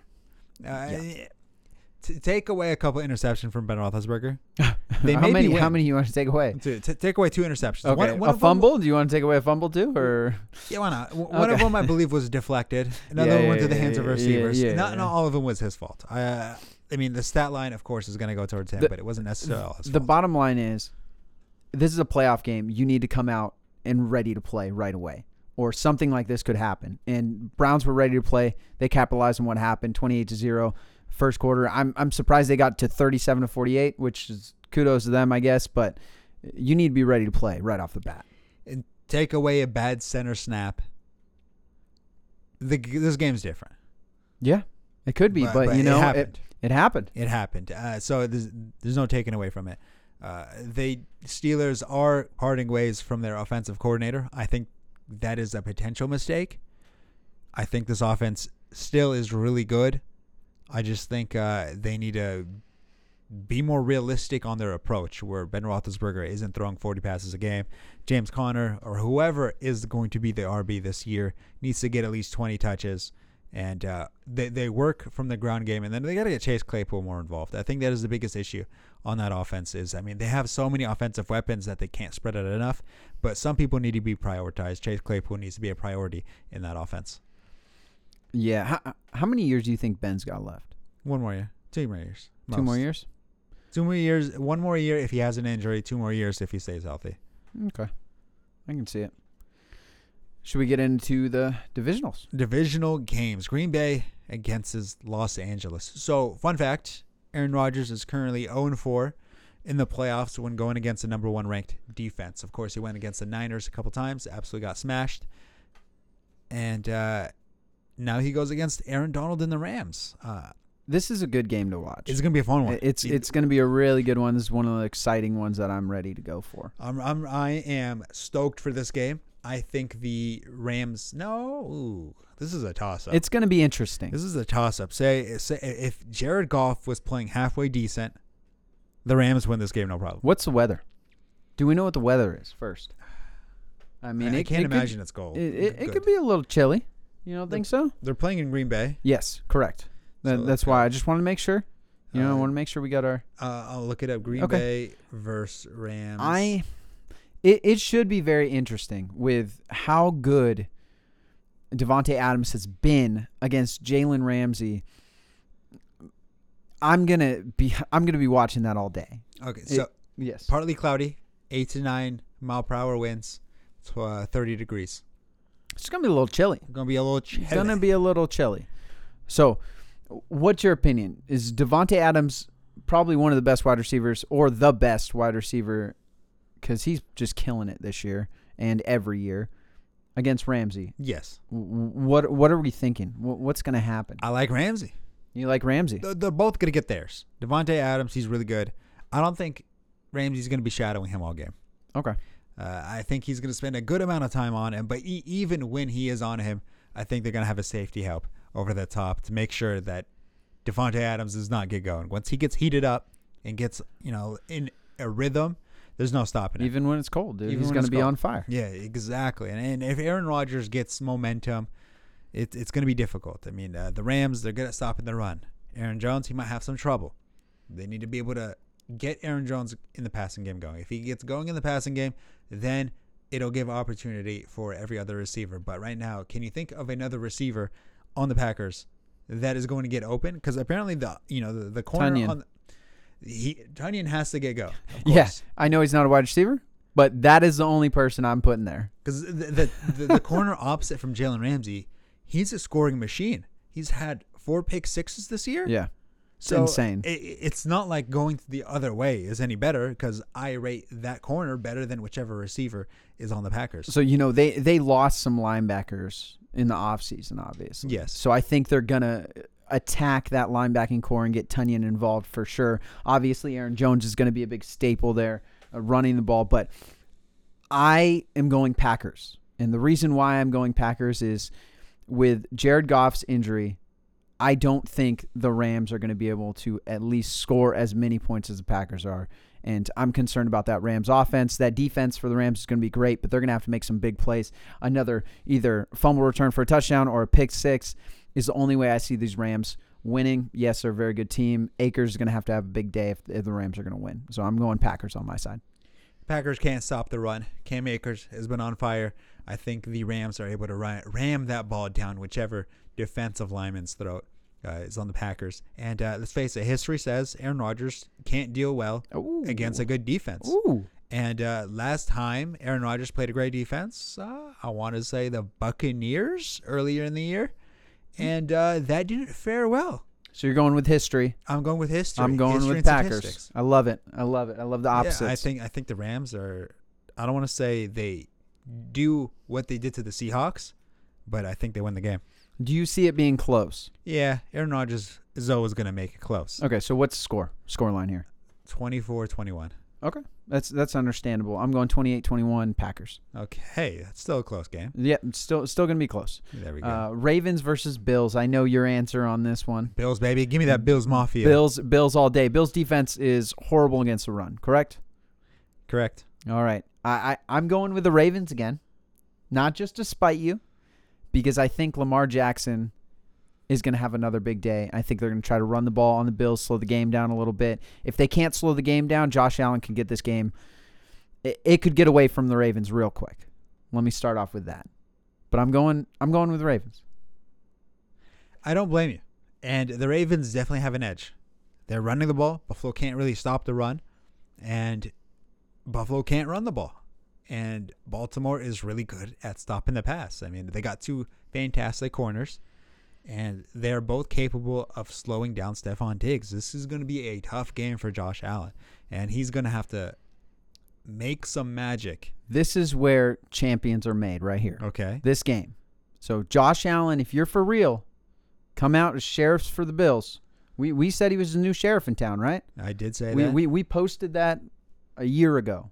S2: Uh, t- take away a couple interceptions from Ben Roethlisberger. They
S3: how
S2: maybe
S3: many? How
S2: win.
S3: many you want to take away?
S2: T- t- take away two interceptions.
S3: Okay,
S2: One- one
S3: a
S2: of them-
S3: fumble. Do you want to take away a fumble too, or
S2: Yeah, why not? W- One of
S3: Okay.
S2: them, I believe, was deflected. Another
S3: Yeah,
S2: one
S3: yeah,
S2: went to the
S3: yeah,
S2: hands of
S3: yeah, yeah,
S2: receivers.
S3: yeah,
S2: not,
S3: yeah.
S2: not all of them was his fault. I, uh, I mean, the stat line, of course, is going to go towards him,
S3: The-
S2: but it wasn't necessarily all his
S3: the
S2: fault.
S3: bottom line is, this is a playoff game. You need to come out and ready to play right away, or something like this could happen. And Browns were ready to play. They capitalized on what happened, twenty-eight to zero, first quarter. I'm I'm surprised they got to thirty-seven to forty-eight, which is kudos to them, I guess. But you need to be ready to play right off the bat.
S2: and take away a bad center snap. The, g- this game's different.
S3: Yeah, it could be,
S2: But-
S3: but,
S2: but
S3: you
S2: it
S3: know,
S2: happened.
S3: it, it happened.
S2: It happened. Uh, so there's, there's no taking away from it. Uh, they Steelers are parting ways from their offensive coordinator. I think that is a potential mistake. I think this offense still is really good. I just think uh, they need to be more realistic on their approach, where Ben Roethlisberger isn't throwing 40 passes a game. James Conner or whoever is going to be the RB this year needs to get at least 20 touches. And uh, they, they work from the ground game, and then they got to get Chase Claypool more involved. I think that is the biggest issue on that offense. Is I mean they have so many offensive weapons that they can't spread it enough. But some people need to be prioritized. Chase Claypool needs to be a priority in that offense.
S3: Yeah. How, how many years do you think Ben's got left?
S2: One more year, two more years,
S3: Two
S2: most.
S3: more years.
S2: Two more years. One more year if he has an injury. Two more years if he stays healthy.
S3: Okay. I can see it. Should we get into the divisionals?
S2: Divisional games: Green Bay against his Los Angeles. So, fun fact: Aaron Rodgers is currently 0 4 in the playoffs when going against the number one ranked defense. Of course, he went against the Niners a couple times, absolutely got smashed, and uh, now he goes against Aaron Donald and the Rams. Uh,
S3: This is a good game to watch.
S2: it's gonna be a fun one.
S3: It's
S2: You-
S3: it's going to be a really good one. This is one of the exciting ones that I'm ready to go for.
S2: I'm, I'm I am stoked for this game. I think the Rams. No, ooh, this is a toss up.
S3: It's going to be interesting.
S2: this is a toss up. Say, say if Jared Goff was playing halfway decent, the Rams win this game no problem.
S3: What's the weather? Do we know what the weather is first? I mean,
S2: I
S3: it,
S2: can't
S3: it could-
S2: imagine it's cold.
S3: It, it, it
S2: Good.
S3: could be a little chilly. You don't think so?
S2: They're playing in Green Bay.
S3: Yes, correct. Th-
S2: So
S3: that's
S2: that's
S3: why I just wanted to make sure. You know, I
S2: Uh,
S3: want to make sure we got our
S2: Uh, I'll look it up. Green
S3: Okay.
S2: Bay versus Rams.
S3: I it, it should be very interesting with how good Devonte Adams has been against Jalen Ramsey. I'm gonna be I'm gonna be watching that all day.
S2: okay. So
S3: It- yes,
S2: partly cloudy, eight to nine mile per hour winds, to, uh, thirty degrees.
S3: it's gonna be a little chilly.
S2: Gonna be a little.
S3: It's gonna be a little chilly. So, what's your opinion? Is Devonte Adams probably one of the best wide receivers, or the best wide receiver? Because he's just killing it this year and every year against Ramsey.
S2: Yes,
S3: W- what what are we thinking? Wh- What's going to happen?
S2: I like Ramsey.
S3: You like Ramsey?
S2: they're, they're both going to get theirs. Devonte Adams, he's really good. I don't think Ramsey's going to be shadowing him all game.
S3: Okay.
S2: Uh, I think he's going to spend a good amount of time on him, but e- even when he is on him, I think they're going to have a safety help over the top to make sure that Devonte Adams does not get going. Once he gets heated up and gets, you know, in a rhythm, there's no stopping him.
S3: Even when it's cold, dude,
S2: Even
S3: he's
S2: when
S3: going
S2: it's
S3: to be
S2: cold.
S3: on fire.
S2: Yeah, exactly. And, and if Aaron Rodgers gets momentum, it, it's going to be difficult. I mean, uh, the Rams, they're good at stopping the run. Aaron Jones, he might have some trouble. They need to be able to get Aaron Jones in the passing game going. If he gets going in the passing game, then it'll give opportunity for every other receiver. But right now, can you think of another receiver on the Packers that is going to get open because apparently the you know the, the corner
S3: Tonyan.
S2: on the, he Tunyon has to get go. Of
S3: Yeah,
S2: course.
S3: I know he's not a wide receiver, but that is the only person I'm putting there.
S2: Because the the, the, the corner opposite from Jalen Ramsey, he's a scoring machine. He's had four pick sixes this year.
S3: Yeah.
S2: so
S3: insane.
S2: i- i- it's not like going the other way is any better because I rate that corner better than whichever receiver is on the Packers.
S3: So you know they they lost some linebackers in the offseason, obviously.
S2: Yes.
S3: So I think they're gonna attack that linebacking core and get Tunyon involved for sure. Obviously, Aaron Jones is going to be a big staple there, uh, running the ball. But I am going Packers, and the reason why I'm going Packers is with Jared Goff's injury. I don't think the Rams are going to be able to at least score as many points as the Packers are. And I'm concerned about that Rams offense. That defense for the Rams is going to be great, but they're going to have to make some big plays. Another either fumble return for a touchdown or a pick six is the only way I see these Rams winning. Yes, they're a very good team. Akers is going to have to have a big day if, if the Rams are going to win. So I'm going Packers on my side.
S2: Packers can't stop the run. Cam Akers has been on fire. I think the Rams are able to ri- ram that ball down whichever defensive lineman's throat uh, is on the Packers. And uh, let's face it, history says Aaron Rodgers can't deal well
S3: Ooh.
S2: against a good defense.
S3: Ooh.
S2: And uh, last time Aaron Rodgers played a great defense, uh, I want to say the Buccaneers earlier in the year,
S3: Hmm.
S2: and uh, that didn't fare well.
S3: So you're going with history.
S2: I'm going with history.
S3: I'm going
S2: History and
S3: with
S2: statistics.
S3: Packers. I love it. I love it. I love the opposites.
S2: Yeah, I think I think the Rams are. I don't want to say they do what they did to the Seahawks, but I think they win the game.
S3: Do you see it being close?
S2: Yeah, Aaron Rodgers is always going to make it close.
S3: Okay, so what's the score? Score line here.
S2: 24-21.
S3: Okay. That's that's understandable. I'm going 28-21 Packers.
S2: Okay, that's still a close game.
S3: Yeah, it's still it's still going to be close.
S2: There we go.
S3: Uh, Ravens versus Bills. I know your answer on this one.
S2: Bills, baby, give me that Bills Mafia.
S3: Bills Bills all day. Bills defense is horrible against the run, correct?
S2: correct.
S3: All right. I, I I'm going with the Ravens again. Not just to spite you, because I think Lamar Jackson is going to have another big day. I think they're going to try to run the ball on the Bills, slow the game down a little bit. If they can't slow the game down, Josh Allen can get this game. It, it could get away from the Ravens real quick. Let me start off with that. But I'm going I'm going with the Ravens.
S2: I don't blame you. And the Ravens definitely have an edge. They're running the ball. Buffalo can't really stop the run. And Buffalo can't run the ball. And Baltimore is really good at stopping the pass. I mean, they got two fantastic corners. And they're both capable of slowing down Stephon Diggs. This is going to be a tough game for Josh Allen. And he's going to have to make some magic.
S3: This is where champions are made right here.
S2: Okay.
S3: this game. So Josh Allen, if you're for real, come out as sheriffs for the Bills. We we said he was the new sheriff in town, right?
S2: I did say
S3: we,
S2: that.
S3: we we posted that a year ago.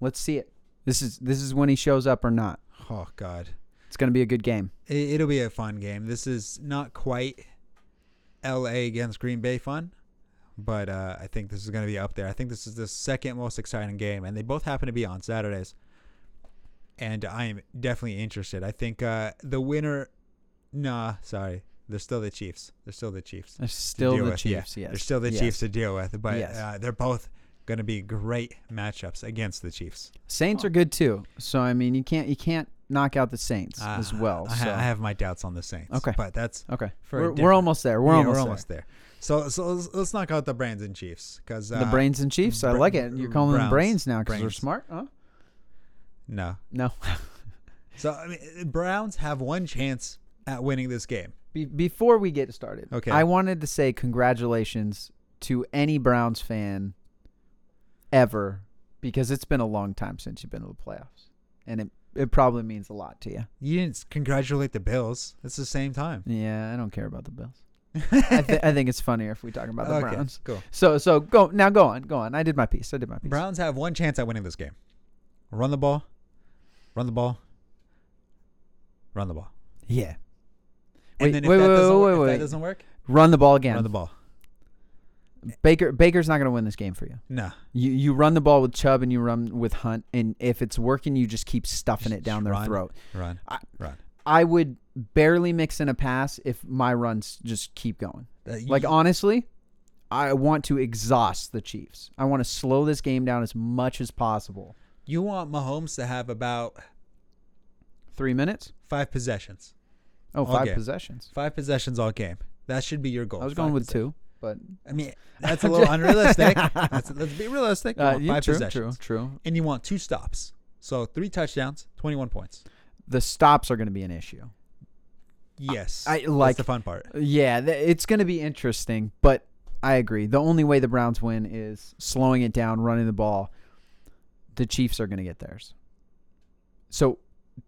S3: Let's see it. This is this is when he shows up or not.
S2: oh, God.
S3: It's gonna be a good game.
S2: It, it'll be a fun game. This is not quite L.A. against Green Bay fun, but uh, I think this is going to be up there. I think this is the second most exciting game, and they both happen to be on Saturdays. And I am definitely interested. I think uh, the winner, nah, sorry, they're still the Chiefs. They're still the Chiefs.
S3: They're
S2: to
S3: still
S2: deal
S3: the
S2: with.
S3: Chiefs.
S2: Yeah,
S3: Yes,
S2: they're still the
S3: Yes.
S2: Chiefs to deal with, but
S3: Yes.
S2: uh, they're both going to be great matchups against the Chiefs
S3: Saints are good too. So I mean, you can't you can't knock out the Saints
S2: Uh,
S3: as well.
S2: I, ha-
S3: so.
S2: I have my doubts on the Saints.
S3: Okay.
S2: but that's
S3: okay,
S2: for a
S3: we're, we're
S2: different-
S3: almost there. We're
S2: Yeah,
S3: almost
S2: we're
S3: there.
S2: almost there. So so let's, let's knock out the Brains and Chiefs because uh,
S3: The Brains and Chiefs. I
S2: Bra-
S3: like it. You're calling them
S2: Browns.
S3: brains now because they're
S2: Brains.
S3: smart, huh?
S2: No,
S3: No.
S2: so I mean, Browns have one chance at winning this game.
S3: Be- before we get started,
S2: Okay.
S3: I wanted to say congratulations to any Browns fan ever because it's been a long time since you've been to the playoffs, and it it probably means a lot to you.
S2: You didn't s- congratulate the Bills. It's the same time.
S3: Yeah, I don't care about the Bills. I, th- I think it's funnier if we talk about the
S2: Okay,
S3: Browns.
S2: cool.
S3: So so go now. Go on, go on. I did my piece. I did my piece.
S2: Browns have one chance at winning this game. Run the ball, run the ball, run the ball.
S3: Yeah. Wait,
S2: And then if
S3: wait,
S2: that
S3: wait,
S2: doesn't
S3: wait,
S2: work-
S3: wait,
S2: if
S3: wait.
S2: that doesn't work,
S3: Run the ball again.
S2: run the ball.
S3: Baker Baker's not going to win this game for you.
S2: No,
S3: You you run the ball with Chubb and you run with Hunt, and if it's working, you just keep stuffing it down their
S2: run,
S3: throat.
S2: Run,
S3: I-
S2: run.
S3: I would barely mix in a pass if my runs just keep going.
S2: Uh, you-
S3: Like honestly, I want to exhaust the Chiefs. I want to slow this game down as much as possible.
S2: you want Mahomes to have about
S3: Three minutes?
S2: five possessions.
S3: Oh,
S2: All
S3: five
S2: game.
S3: possessions.
S2: Five possessions all game. That should be your goal.
S3: I was
S2: Oh, five
S3: going with
S2: possessions.
S3: two, but
S2: I mean, that's a little unrealistic. That's, let's be realistic. You
S3: uh,
S2: want
S3: yeah,
S2: Oh, five
S3: true, true,
S2: possessions.
S3: true.
S2: And you want two stops. So three touchdowns, 21 points.
S3: The stops are going to be an issue.
S2: Yes.
S3: I- like-
S2: that's the fun part.
S3: Yeah, th- it's going to be interesting, but I agree. The only way the Browns win is slowing it down, running the ball. The Chiefs are going to get theirs. So,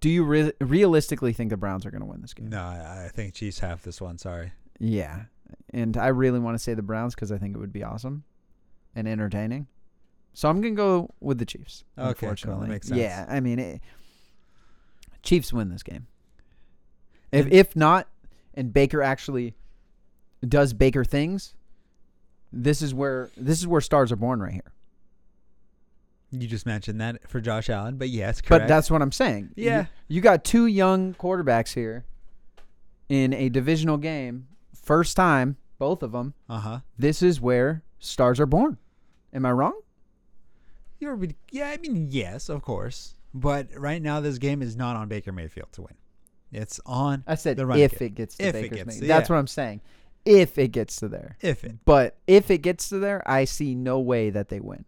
S3: do you re- realistically think the Browns are going to win this game?
S2: No, I I think Chiefs have this one. Sorry.
S3: Yeah. And I really want to say the Browns because I think it would be awesome and entertaining. So I'm going to go with the Chiefs.
S2: Okay, cool. That
S3: unfortunately.
S2: makes sense.
S3: Yeah. I mean, it, Chiefs win this game. If, if not, and Baker actually does Baker things, this is where this is where stars are born right here.
S2: You just mentioned that for Josh Allen, but yes, correct.
S3: But that's what I'm saying. You-
S2: Yeah.
S3: You, got two young quarterbacks here in a divisional game, first time, both of them.
S2: uh huh.
S3: this is where stars are born. Am I wrong?
S2: You're re- yeah. I mean, yes, of course. But right now, this game is not on Baker Mayfield to win. It's on.
S3: I said
S2: the run
S3: if
S2: game.
S3: it gets to
S2: If it
S3: Baker's
S2: gets-
S3: name. That's
S2: yeah.
S3: what I'm saying. If it gets to there.
S2: If it.
S3: But if it gets to there, I see no way that they win.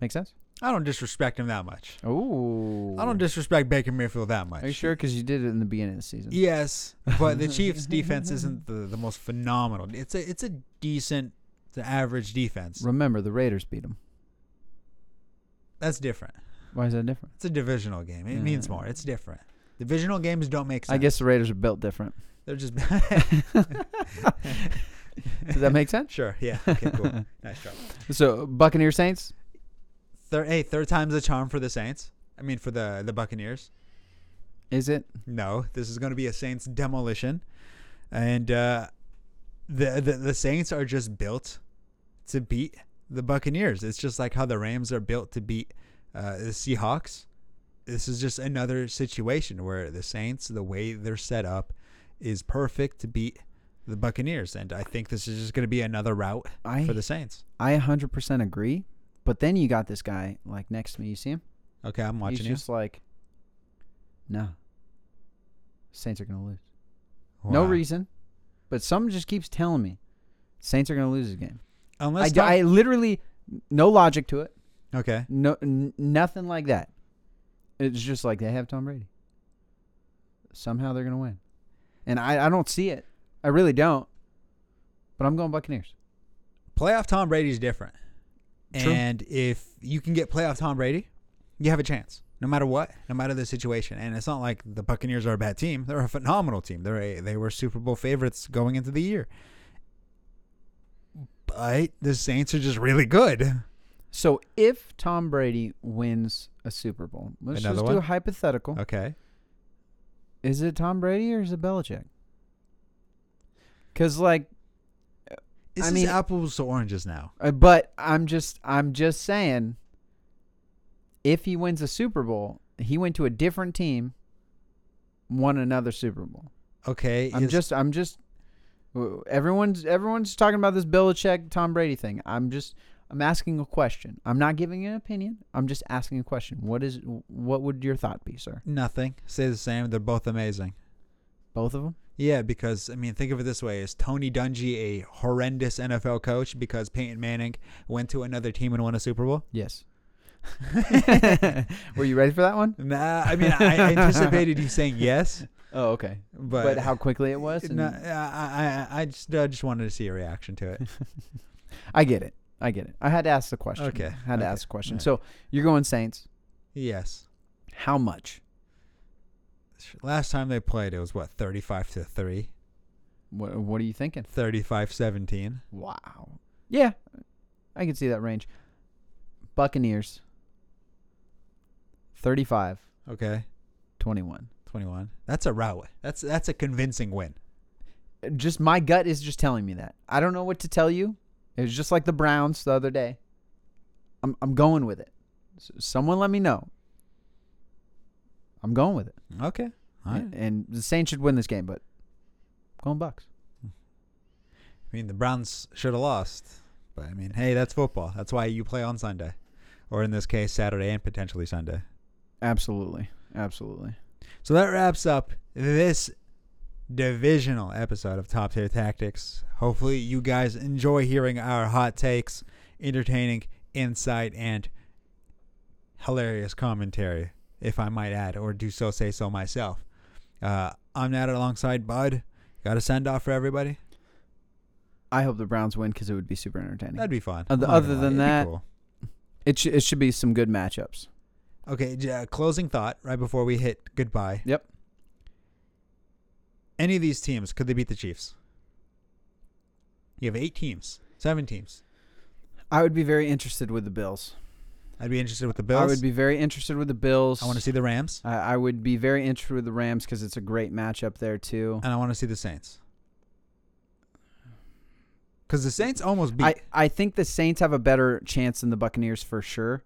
S3: Make sense?
S2: I don't disrespect him that much.
S3: Oh.
S2: I don't disrespect Baker Mayfield that much.
S3: Are you sure? Because you did it in the beginning of the season.
S2: Yes, but the Chiefs' defense isn't the, the most phenomenal. It's a it's a decent to average defense.
S3: Remember, the Raiders beat them.
S2: That's different.
S3: Why is that different?
S2: It's a divisional game. It
S3: Yeah.
S2: means more. It's different. Divisional games don't make sense.
S3: I guess the Raiders are built different.
S2: they're just.
S3: Does that make sense?
S2: sure. Yeah. Okay. Cool. nice job.
S3: So, Buccaneer Saints?
S2: Third, hey, third time's a charm for the Saints. I mean, for the the Buccaneers.
S3: Is it?
S2: No, this is going to be a Saints demolition, and uh, the, the the Saints are just built to beat the Buccaneers. It's just like how the Rams are built to beat uh, the Seahawks. This is just another situation where the Saints, the way they're set up, is perfect to beat the Buccaneers, and I think this is just going to be another route
S3: I-
S2: for the Saints.
S3: I 100% agree. But then you got this guy, like, next to me. You see him?
S2: Okay, I'm watching
S3: He's
S2: you.
S3: just like, no. Saints are gonna lose. No
S2: Wow.
S3: reason, but something just keeps telling me Saints are gonna lose this game. I,
S2: Unless
S3: d-
S2: Doc-
S3: I literally no logic to it.
S2: okay,
S3: No, n- nothing like that. It's just like they have Tom Brady. Somehow they're gonna win, and I, I don't see it. I really don't. But I'm going Buccaneers.
S2: playoff Tom Brady's different.
S3: True.
S2: And if you can get playoff Tom Brady, you have a chance, no matter what, no matter the situation. And it's not like the Buccaneers are a bad team; they're a phenomenal team. They're a, they were Super Bowl favorites going into the year. But the Saints are just really good.
S3: So if Tom Brady wins a Super Bowl, let's
S2: Another
S3: just
S2: one?
S3: do a hypothetical.
S2: Okay,
S3: Is it Tom Brady or is it Belichick? Because like,
S2: this
S3: I
S2: is
S3: mean-
S2: apples to oranges now.
S3: uh, but I'm just I'm just saying, if he wins a Super Bowl, he went to a different team, won another Super Bowl.
S2: Okay,
S3: I'm
S2: is-
S3: just I'm just w- everyone's everyone's talking about this Belichick Tom Brady thing. I'm just I'm asking a question. I'm not giving an opinion. I'm just asking a question. What is what would your thought be, sir?
S2: nothing. Say the same. They're both amazing.
S3: Both of them?
S2: Yeah, because I mean, think of it this way: Is Tony Dungy a horrendous NFL coach because Peyton Manning went to another team and won a Super Bowl?
S3: Yes. Were you ready for that one?
S2: Nah, I mean, I anticipated you saying yes,
S3: Oh, okay.
S2: but
S3: But, how quickly it was?
S2: No,
S3: and-
S2: I, I, I just, I just wanted to see a reaction to it.
S3: I get it. I get it. I had to ask the question.
S2: Okay,
S3: Had to
S2: okay,
S3: ask the question.
S2: alright.
S3: So you're going Saints.
S2: yes,
S3: How much?
S2: last time they played, it was what thirty-five to three,
S3: What What are you thinking?
S2: 35-17.
S3: Wow. Yeah, I can see that range. Buccaneers. 35
S2: Okay,
S3: 21.
S2: twenty-one. That's a rout. That's that's a convincing win.
S3: Just my gut is just telling me that. I don't know what to tell you. It was just like the Browns the other day. I'm I'm going with it. S- Someone let me know. I'm going with it.
S2: Okay, all right.
S3: And, and the Saints should win this game, but going Bucks.
S2: I mean, the Browns should have lost, but I mean, hey, that's football. That's why you play on Sunday, or in this case, Saturday and potentially Sunday.
S3: Absolutely. Absolutely.
S2: So that wraps up this divisional episode of Top Tier Tactics. Hopefully, you guys enjoy hearing our hot takes, entertaining insight, and hilarious commentary, if I might add, or do so say so myself. Uh, I'm Nat alongside Bud. Got a send off for everybody.
S3: I hope the Browns win because it would be super entertaining.
S2: That'd be fun.
S3: Other-
S2: I'm not
S3: other
S2: gonna
S3: than
S2: lie, it'd
S3: that-
S2: be cool.
S3: it, sh- it should be some good matchups.
S2: okay. j- uh, closing thought right before we hit goodbye.
S3: Yep.
S2: Any of these teams could they beat the Chiefs? You have eight teams, seven teams.
S3: I would be very interested with the Bills.
S2: I'd be interested with the Bills.
S3: I would be very interested with the Bills.
S2: I want to see the Rams,
S3: I, I would be very interested with the Rams because it's a great matchup there too.
S2: and I want to see the Saints. Because the Saints almost beat.
S3: I, I think the Saints have a better chance than the Buccaneers for sure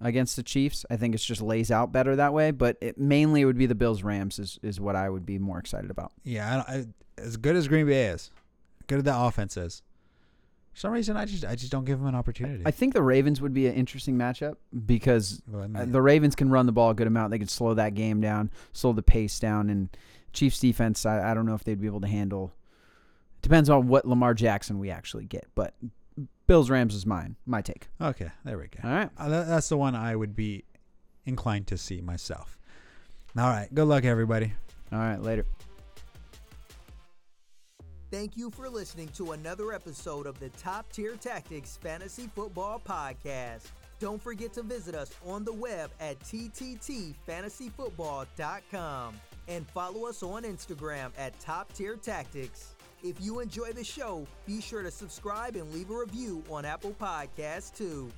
S3: against the Chiefs. I think it's just lays out better that way, but it mainly it would be the Bills Rams is, is what I would be more excited about.
S2: yeah, I, don't- I, as good as Green Bay is, good as that offense is. For some reason, I just I just don't give them an opportunity.
S3: I think the Ravens would be an interesting matchup because
S2: Well, I
S3: uh,
S2: mean,
S3: the Ravens can run the ball a good amount. They can slow that game down, slow the pace down, and Chiefs defense. I, I don't know if they'd be able to handle. Depends on what Lamar Jackson we actually get, but Bills Rams is mine. My take.
S2: okay, there we go.
S3: All right.
S2: Uh, that, that's the one I would be inclined to see myself. All right, good luck, everybody.
S3: All right. Later.
S1: Thank you for listening to another episode of the Top Tier Tactics Fantasy Football Podcast. Don't forget to visit us on the web at tttfantasyfootball.com and follow us on Instagram at Top Tier Tactics. If you enjoy the show, be sure to subscribe and leave a review on Apple Podcasts too.